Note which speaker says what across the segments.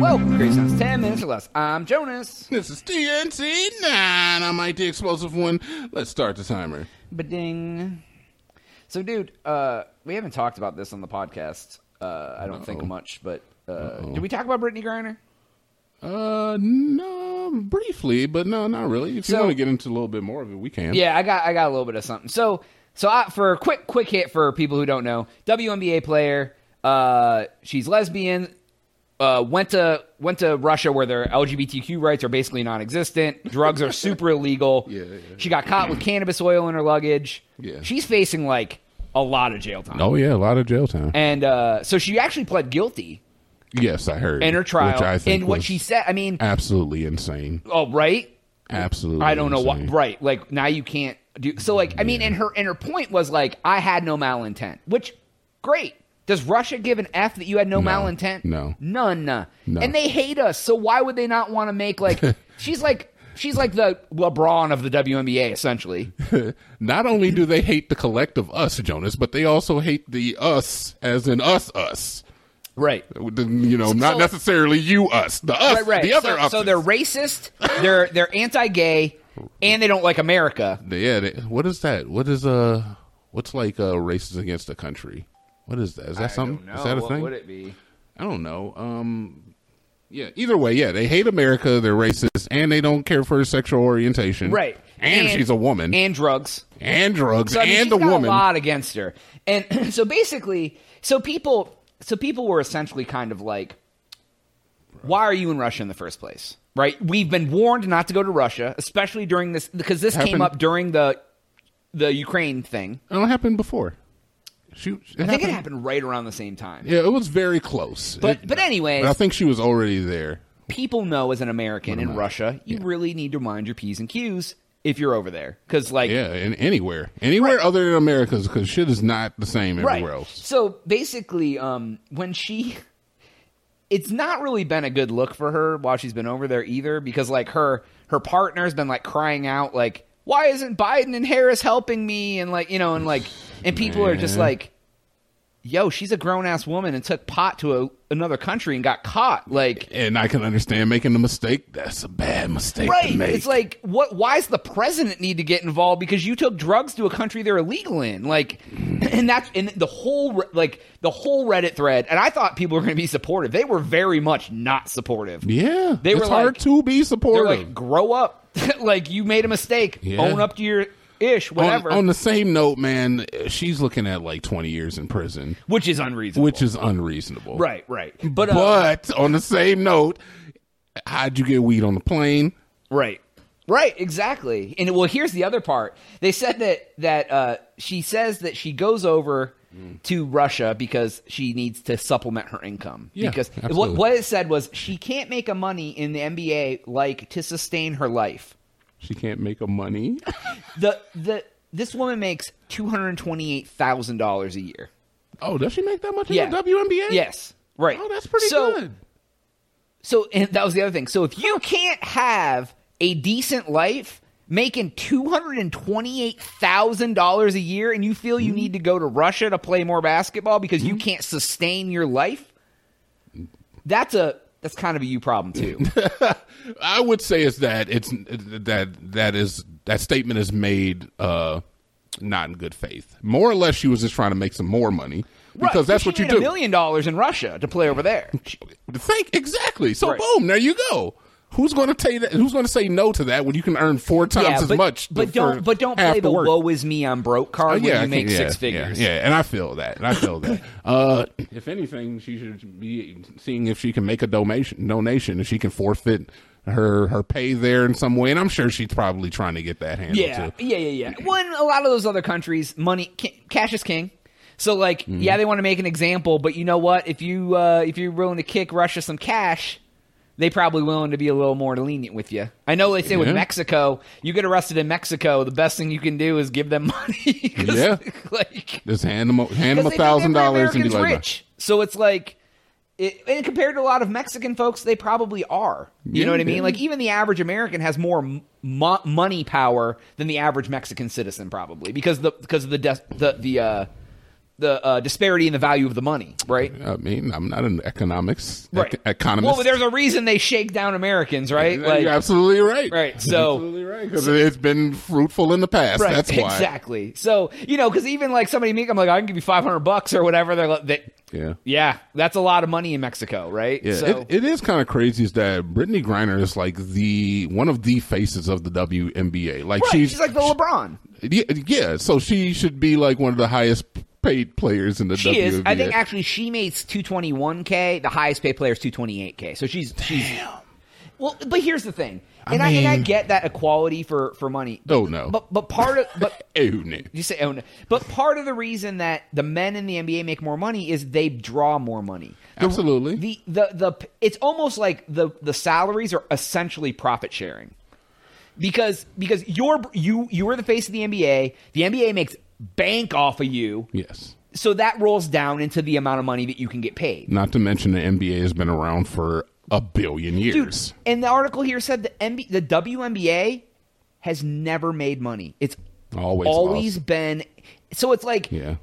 Speaker 1: Welcome, Great Sounds 10 Minutes or Less. I'm Jonas.
Speaker 2: This is TNT9. I'm IT Explosive One. Let's start the timer.
Speaker 1: Ba-ding. So, dude, uh, we haven't talked about this on the podcast, uh, I don't think much, but uh, did we talk about Brittany Griner?
Speaker 2: Uh, no, briefly, but no, not really. If you
Speaker 1: So-
Speaker 2: want to get into a little bit more of it, we can.
Speaker 1: Yeah, I got I got a little bit of something. So so I, for a quick quick hit for people who don't know, WNBA player. Uh, she's lesbian. Uh, went to went to Russia where their LGBTQ rights are basically non-existent. Drugs are super illegal.
Speaker 2: Yeah, yeah.
Speaker 1: She got caught with cannabis oil in her luggage.
Speaker 2: Yeah.
Speaker 1: She's facing like a lot of jail time.
Speaker 2: Oh yeah, a lot of jail time.
Speaker 1: And uh, so she actually pled guilty
Speaker 2: yes, I heard.
Speaker 1: in her trial.
Speaker 2: which I think
Speaker 1: and what
Speaker 2: was
Speaker 1: she said, I mean,
Speaker 2: absolutely insane.
Speaker 1: oh right,
Speaker 2: Absolutely,
Speaker 1: I don't know
Speaker 2: insane.
Speaker 1: what right like now you can't do so like I mean and her and her point was like I had no malintent which great does Russia give an f that you had no, malintent
Speaker 2: no.
Speaker 1: none and they hate us so why would they not want to make like she's like she's like the LeBron of the WNBA essentially
Speaker 2: Not only do they hate the collective us, Jonas, but they also hate the us as in us us.
Speaker 1: right
Speaker 2: The- You know, not
Speaker 1: so-
Speaker 2: necessarily you us, the us,
Speaker 1: right right
Speaker 2: the other
Speaker 1: so,
Speaker 2: us.
Speaker 1: so they're racist they're they're anti-gay and they don't like America
Speaker 2: yeah. They, what is that? What is uh? What's like uh, racist against the country? What is that? Is that something? Is that a thing?
Speaker 1: it be
Speaker 2: I don't know. Um, yeah. Either way, yeah, they hate America. They're racist, and they don't care for sexual orientation.
Speaker 1: right
Speaker 2: And, she's a woman, and,
Speaker 1: and drugs
Speaker 2: drugs,
Speaker 1: So, I mean,
Speaker 2: and
Speaker 1: she's
Speaker 2: the
Speaker 1: got
Speaker 2: woman.
Speaker 1: a lot against her, and so basically, so people, so people were essentially kind of like, why are you in Russia in the first place? Right? We've been warned not to go to Russia, especially during this because this came
Speaker 2: Happened-
Speaker 1: up during the the Ukraine thing.
Speaker 2: It don't happen before. She, it
Speaker 1: I think it happened right around the same time.
Speaker 2: Yeah, it was very close.
Speaker 1: But-
Speaker 2: It-
Speaker 1: but anyways-
Speaker 2: I think she was already there.
Speaker 1: People know as an American in Russia, you really need to mind your p's and q's if you're over there, because like
Speaker 2: Yeah, and anywhere, anywhere other than America's, because shit is not the same everywhere else.
Speaker 1: So basically, um, when she, it's not really been a good look for her while she's been over there either, because like her her partner's been like crying out like, why isn't Biden and Harris helping me? And like you know, and like, and people are just
Speaker 2: Man.
Speaker 1: like, yo, she's a grown ass woman and took pot to a, another country and got caught. Like,
Speaker 2: And I can understand making a mistake. That's a bad mistake
Speaker 1: right?
Speaker 2: to make.
Speaker 1: It's like, what? Why's the president need to get involved because you took drugs to a country they're illegal in? Like, and that's and the whole re- like the whole Reddit thread. And I thought people were going to be supportive. They were very much not supportive.
Speaker 2: yeah,
Speaker 1: They
Speaker 2: it's
Speaker 1: were
Speaker 2: hard
Speaker 1: like-
Speaker 2: to be
Speaker 1: They're
Speaker 2: supportive.
Speaker 1: like, grow up. like you made a mistake.
Speaker 2: Yeah.
Speaker 1: Own up to your ish,
Speaker 2: On-
Speaker 1: whatever.
Speaker 2: On, the same note, man, she's looking at like 20 years in prison,
Speaker 1: which is unreasonable.
Speaker 2: which is unreasonable.
Speaker 1: right, right. But, uh,
Speaker 2: But on the same note, how'd you get weed on the plane?
Speaker 1: Right. Right, exactly. And well, here's the other part. They said that that uh, she says that she goes over to Russia because she needs to supplement her income.
Speaker 2: Yeah,
Speaker 1: because what,
Speaker 2: absolutely.
Speaker 1: what it said was she can't make a money in the NBA like to sustain her life.
Speaker 2: She can't make a money.
Speaker 1: The the this woman makes two hundred twenty eight thousand dollars a year.
Speaker 2: Oh, does she make that much in
Speaker 1: Yeah.
Speaker 2: the WNBA?
Speaker 1: Yes, right.
Speaker 2: Oh, that's pretty
Speaker 1: so,
Speaker 2: good.
Speaker 1: So and that was the other thing. So if you can't have a decent life making two hundred and twenty eight thousand dollars a year and you feel
Speaker 2: Hmm.
Speaker 1: you need to go to Russia to play more basketball because you can't sustain your life, that's a that's kind of a you problem too.
Speaker 2: I would say is that it's that that is that statement is made uh not in good faith. More or less, she was just trying to make some more money
Speaker 1: Right,
Speaker 2: because that's
Speaker 1: she
Speaker 2: what you
Speaker 1: made
Speaker 2: do.
Speaker 1: A million dollars in Russia to play over there.
Speaker 2: Think exactly. So
Speaker 1: Right.
Speaker 2: boom, there you go. Who's going to take that? Who's going to say no to that when you can earn four times
Speaker 1: yeah,
Speaker 2: as
Speaker 1: but,
Speaker 2: much?
Speaker 1: But
Speaker 2: for
Speaker 1: don't but don't
Speaker 2: half
Speaker 1: play the
Speaker 2: work?
Speaker 1: woe is me I'm broke card
Speaker 2: Oh,
Speaker 1: when
Speaker 2: I
Speaker 1: you make
Speaker 2: think- yeah,
Speaker 1: six figures.
Speaker 2: Yeah, yeah, and I feel that. And I feel that. Uh, if anything, she should be seeing if she can make a donation. Donation, if she can forfeit her her pay there in some way. And I'm sure she's probably trying to get that handled
Speaker 1: Yeah,
Speaker 2: too.
Speaker 1: yeah, yeah, yeah. Well, in a lot of those other countries, money ca- cash is king. So, like, Mm-hmm. yeah, they want to make an example, but you know what? If you uh, if you're willing to kick Russia some cash, they probably willing to be a little more lenient with you. I know they say with
Speaker 2: Yeah.
Speaker 1: Mexico, you get arrested in Mexico, the best thing you can do is give them money. 'Cause,
Speaker 2: Yeah.
Speaker 1: like
Speaker 2: Just hand them a- hand them
Speaker 1: because they
Speaker 2: a
Speaker 1: think
Speaker 2: thousand
Speaker 1: every
Speaker 2: dollars and be
Speaker 1: American's
Speaker 2: like,
Speaker 1: rich. So it's like It, and compared to a lot of Mexican folks, they probably are. You
Speaker 2: Yeah,
Speaker 1: know what I
Speaker 2: yeah.
Speaker 1: mean? Like even the average American has more m- mo- money power than the average Mexican citizen probably because the because of the des the the uh, the uh, disparity in the value of the money, right?
Speaker 2: I mean, I'm not an economics
Speaker 1: Right.
Speaker 2: ec- economist.
Speaker 1: Well, there's a reason they shake down Americans, right? Like,
Speaker 2: You're absolutely right.
Speaker 1: Right, so-
Speaker 2: absolutely right because it's been fruitful in the past.
Speaker 1: Right,
Speaker 2: That's why.
Speaker 1: exactly. So you know, because even like somebody, make, I'm like, I can give you 500 bucks or whatever. They're like, they,
Speaker 2: Yeah.
Speaker 1: yeah, that's a lot of money in Mexico, right?
Speaker 2: Yeah,
Speaker 1: so,
Speaker 2: it, it is kind of crazy is that Brittany Griner is like the one of the faces of the WNBA. Like
Speaker 1: right,
Speaker 2: she's,
Speaker 1: she's like the LeBron.
Speaker 2: yeah, yeah, so she should be like one of the highest paid players in the
Speaker 1: She
Speaker 2: WNBA.
Speaker 1: is. I think actually she makes 221k. The highest paid player is 228k. So she's she's. Well, but here's the thing,
Speaker 2: I
Speaker 1: and I, and I
Speaker 2: mean-
Speaker 1: get that equality for for money.
Speaker 2: Oh, no.
Speaker 1: But but part of but
Speaker 2: Oh, no.
Speaker 1: You say own, but part of the reason that the men in the NBA make more money is they draw more money. The-
Speaker 2: Absolutely.
Speaker 1: The the the it's almost like the the salaries are essentially profit sharing. Because because you're you you are the face of the NBA, the NBA makes bank off of you,
Speaker 2: Yes.
Speaker 1: so that rolls down into the amount of money that you can get paid.
Speaker 2: Not to mention the NBA has been around for a billion
Speaker 1: Dude,
Speaker 2: years.
Speaker 1: and the article here said the MB, the WNBA has never made money. It's
Speaker 2: Always
Speaker 1: always
Speaker 2: lost.
Speaker 1: been so it's like
Speaker 2: Yeah.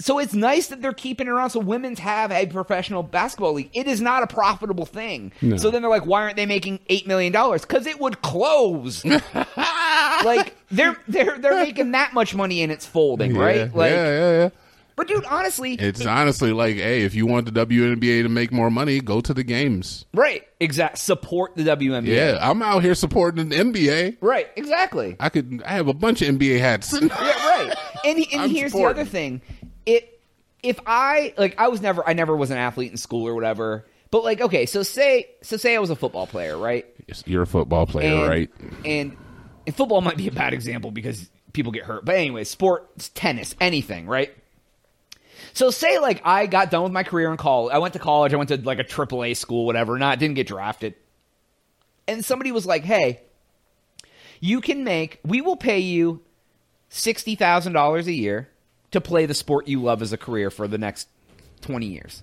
Speaker 1: So it's nice that they're keeping it around so women's have a professional basketball league. It is not a profitable thing.
Speaker 2: No.
Speaker 1: So then they're like, why aren't they making eight million dollars? Because it would close. like they're they're they're making that much money and it's folding,
Speaker 2: Yeah,
Speaker 1: right? Like
Speaker 2: yeah, yeah, yeah.
Speaker 1: But dude, honestly
Speaker 2: It's honestly like, hey, if you want the WNBA to make more money, go to the games.
Speaker 1: Right. Exact support the WNBA.
Speaker 2: Yeah, I'm out here supporting the NBA.
Speaker 1: Right, exactly.
Speaker 2: I could. I have a bunch of NBA hats.
Speaker 1: Yeah, right. And, and
Speaker 2: I'm
Speaker 1: here's
Speaker 2: supporting.
Speaker 1: the other thing. It if I like I was never I never was an athlete in school or whatever. But like okay, so say so say I was a football player, right?
Speaker 2: You're a football player,
Speaker 1: and,
Speaker 2: right?
Speaker 1: And, and football might be a bad example because people get hurt. But anyway, sports, tennis, anything, right? So say like I got done with my career in college. I went to college. I went to like a AAA school, whatever. Not didn't get drafted. And somebody was like, "Hey, you can make. We will pay you sixty thousand dollars a year to play the sport you love as a career for the next twenty years."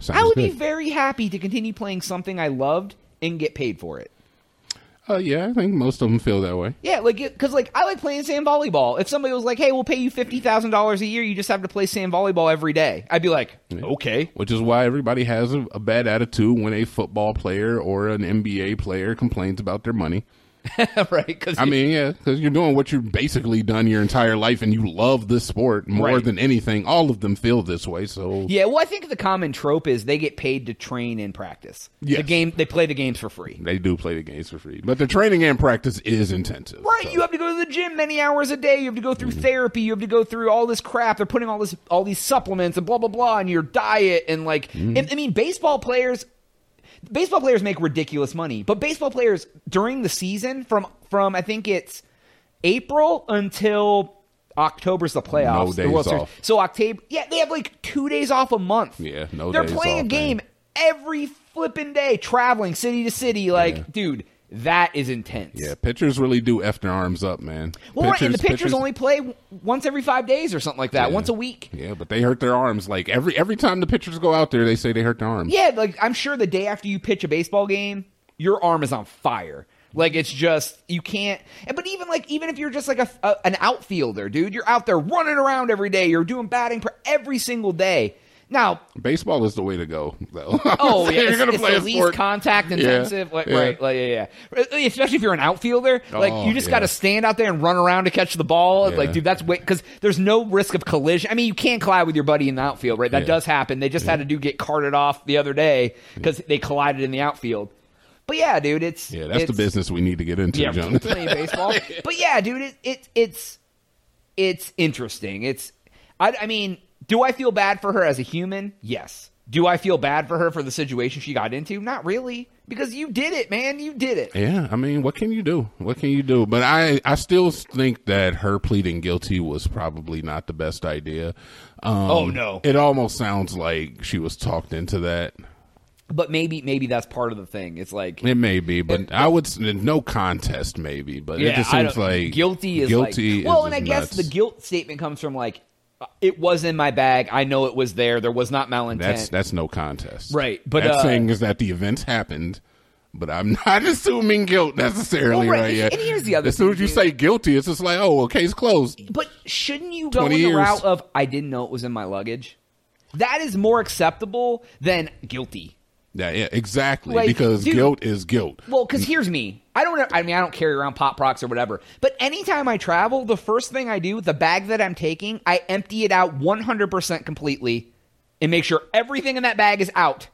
Speaker 2: Sounds
Speaker 1: I would be
Speaker 2: good.
Speaker 1: very happy to continue playing something I loved and get paid for it.
Speaker 2: Uh, yeah, I think most of them feel that way.
Speaker 1: Yeah, like because like I like playing sand volleyball. If somebody was like, "Hey, we'll pay you fifty thousand dollars a year. You just have to play sand volleyball every day," I'd be like, "Okay."
Speaker 2: Which is why everybody has a, a bad attitude when a football player or an NBA player complains about their money.
Speaker 1: right? Because
Speaker 2: I mean, yeah, because you're doing what you've basically done your entire life, and you love this sport more
Speaker 1: Right.
Speaker 2: than anything. All of them feel this way. So
Speaker 1: yeah. Well, I think the common trope is they get paid to train and practice. The
Speaker 2: Yes.
Speaker 1: game they play the games for free.
Speaker 2: they do play the games for free, but the training and practice is intensive.
Speaker 1: Right,
Speaker 2: so-
Speaker 1: you have to go to the gym many hours a day. You have to go through therapy. You have to go through all this crap. They're putting all this, all these supplements and blah blah blah in your diet and like.
Speaker 2: Mm-hmm.
Speaker 1: And, I mean, baseball players, baseball players make ridiculous money, but baseball players during the season from from I think it's April until October's the playoffs.
Speaker 2: No
Speaker 1: the
Speaker 2: days
Speaker 1: World Series.
Speaker 2: off.
Speaker 1: So October, yeah, they have like two days off a month.
Speaker 2: Yeah, no
Speaker 1: They're
Speaker 2: days
Speaker 1: playing
Speaker 2: off,
Speaker 1: a game
Speaker 2: man.
Speaker 1: every flipping day, traveling city to city. Like,
Speaker 2: Yeah.
Speaker 1: dude, that is intense.
Speaker 2: yeah, pitchers really do f their arms up, man.
Speaker 1: Well, right, and the pitchers, only play w- once every five days or something like that, once a week.
Speaker 2: Yeah, but they hurt their arms. Like every every time the pitchers go out there, they say they hurt their arms.
Speaker 1: Yeah, like I'm sure the day after you pitch a baseball game, your arm is on fire. Like it's just you can't. and- But even like even if you're just like a, a an outfielder, dude, you're out there running around every day. You're doing batting for every single day. Now,
Speaker 2: Baseball is the way to go, though.
Speaker 1: oh yeah,
Speaker 2: you're
Speaker 1: it's,
Speaker 2: gonna
Speaker 1: it's
Speaker 2: play
Speaker 1: the
Speaker 2: a
Speaker 1: least
Speaker 2: sport.
Speaker 1: contact intensive. Like,
Speaker 2: yeah.
Speaker 1: Right, like yeah, yeah. Especially if you're an outfielder, like
Speaker 2: Oh,
Speaker 1: you just
Speaker 2: yeah.
Speaker 1: got to stand out there and run around to catch the ball.
Speaker 2: Yeah.
Speaker 1: Like, dude, that's because there's no risk of collision. I mean, you can collide with your buddy in the outfield, right? That
Speaker 2: Yeah.
Speaker 1: does happen. They just had a dude get carted off the other day because they collided in the outfield. But yeah, dude, it's
Speaker 2: yeah, that's the
Speaker 1: it's-
Speaker 2: business we need to get into,
Speaker 1: yeah,
Speaker 2: John.
Speaker 1: playing baseball. But yeah, dude, it, it it's it's interesting. It's I, I mean, do I feel bad for her as a human? Yes. Do I feel bad for her for the situation she got into? Not really, because you did it, man. You did it.
Speaker 2: yeah, I mean, what can you do? What can you do? But I I still think that her pleading guilty was probably not the best idea. Um,
Speaker 1: Oh, no.
Speaker 2: it almost sounds like she was talked into that.
Speaker 1: But maybe maybe that's part of the thing. It's like
Speaker 2: It may be, but I would s- no contest maybe, but it just
Speaker 1: I
Speaker 2: seems
Speaker 1: don't-
Speaker 2: like
Speaker 1: guilty is
Speaker 2: guilty.
Speaker 1: like, well,
Speaker 2: is
Speaker 1: and I
Speaker 2: just
Speaker 1: guess the
Speaker 2: nuts.
Speaker 1: guilt statement comes from like it was in my bag. I know it was there. There was not malintent.
Speaker 2: That's that's no contest,
Speaker 1: Right, but,
Speaker 2: that
Speaker 1: uh,
Speaker 2: thing is that the events happened, but I'm not assuming guilt necessarily
Speaker 1: Well, right,
Speaker 2: right, yet.
Speaker 1: and here's the other
Speaker 2: As soon
Speaker 1: thing,
Speaker 2: as you
Speaker 1: dude.
Speaker 2: say guilty, it's just like, oh, well, case closed.
Speaker 1: but shouldn't you go in
Speaker 2: 20
Speaker 1: the
Speaker 2: years.
Speaker 1: route of I didn't know it was in my luggage? That is more acceptable than guilty.
Speaker 2: Yeah, yeah exactly.
Speaker 1: Like,
Speaker 2: because
Speaker 1: dude-
Speaker 2: guilt is guilt.
Speaker 1: Well, because here's me. I don't. I mean, I don't carry around pop rocks or whatever. But anytime I travel, the first thing I do, the bag that I'm taking, I empty it out 100 percent completely, and make sure everything in that bag is out,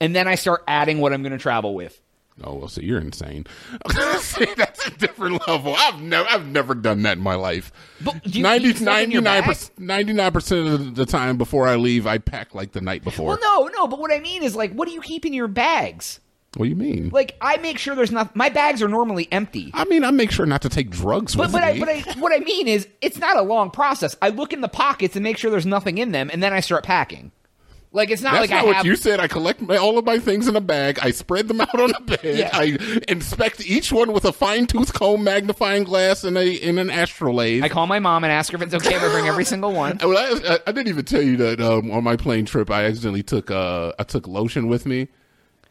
Speaker 1: and then I start adding what I'm going to travel with.
Speaker 2: Oh well, see, you're insane. see, that's a different level. I've never, I've never done that in my life.
Speaker 1: But do you keep
Speaker 2: 99
Speaker 1: stuff in your bag?
Speaker 2: percent of the time before I leave, I pack like the night
Speaker 1: Well,
Speaker 2: before.
Speaker 1: no, no. But what I mean is, like, what do you keep in your bags?
Speaker 2: What do you mean?
Speaker 1: Like, I make sure there's nothing. My bags are normally empty.
Speaker 2: I mean, I make sure not to take drugs
Speaker 1: But
Speaker 2: with
Speaker 1: but I,
Speaker 2: me.
Speaker 1: but I, what I mean is, it's not a long process. I look in the pockets and make sure there's nothing in them, and then I start packing. Like it's not
Speaker 2: That's
Speaker 1: like
Speaker 2: not
Speaker 1: I
Speaker 2: what
Speaker 1: have
Speaker 2: you said. I collect my, all of my things in a bag. I spread them out on a bed.
Speaker 1: Yeah.
Speaker 2: I inspect each one with a fine tooth comb, magnifying glass, and a in an astrolabe.
Speaker 1: I call my mom and ask her if it's okay if I bring every single one.
Speaker 2: I- well, I, I- I didn't even tell you that um, on my plane trip, I accidentally took uh, I took lotion with me.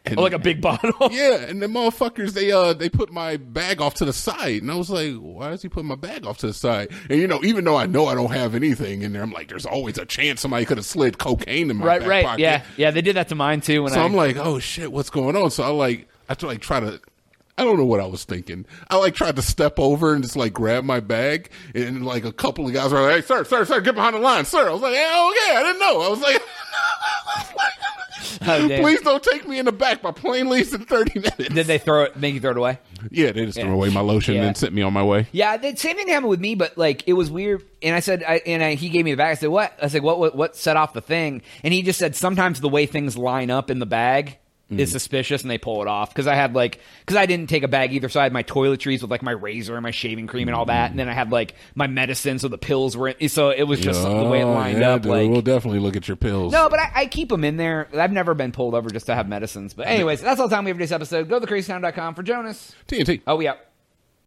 Speaker 2: And,
Speaker 1: big bottle.
Speaker 2: yeah, and the motherfuckers they uh they put my bag off to the side, and I was like, why does he put my bag off to the side? And you know, even though I know I don't have anything in there, I'm like, there's always a chance somebody could have slid cocaine in my
Speaker 1: Right,
Speaker 2: back
Speaker 1: right.
Speaker 2: pocket.
Speaker 1: Yeah, yeah. They did that to mine too. When
Speaker 2: So
Speaker 1: I,
Speaker 2: I'm like, oh shit, what's going on? So I like, I try, like try to, I don't know what I was thinking. I like tried to step over and just like grab my bag, and like a couple of guys were like, hey, sir, sir, sir, get behind the line, sir. I was like, yeah, oh yeah, I didn't know. I was like,
Speaker 1: Oh, damn.
Speaker 2: please don't take me in the back. My plane leaves in 30 minutes.
Speaker 1: Did they throw it? Make you throw it away?
Speaker 2: yeah, they just threw away my lotion
Speaker 1: Yeah.
Speaker 2: and sent me on my way.
Speaker 1: Yeah, the same thing happened with me, but like it was weird. And I said, I, and I, he gave me the bag. I said, "What?" I said, "What? What? What set off the thing?" And he just said, "Sometimes the way things line up in the bag
Speaker 2: Mm-hmm.
Speaker 1: is suspicious, and they pull it off." Because I had like, because I didn't take a bag either, so I had my toiletries with like my razor and my shaving cream and all that, and then I had like my medicine, so the pills were. In, so it was just the way it
Speaker 2: Oh,
Speaker 1: lined
Speaker 2: yeah,
Speaker 1: up.
Speaker 2: dude,
Speaker 1: Like
Speaker 2: we'll definitely look at your pills.
Speaker 1: No, but I, I keep them in there. I've never been pulled over just to have medicines. But anyways, that's all the time we have for this episode. Go to thecrazytown.com for Jonas.
Speaker 2: TNT.
Speaker 1: Oh, we out.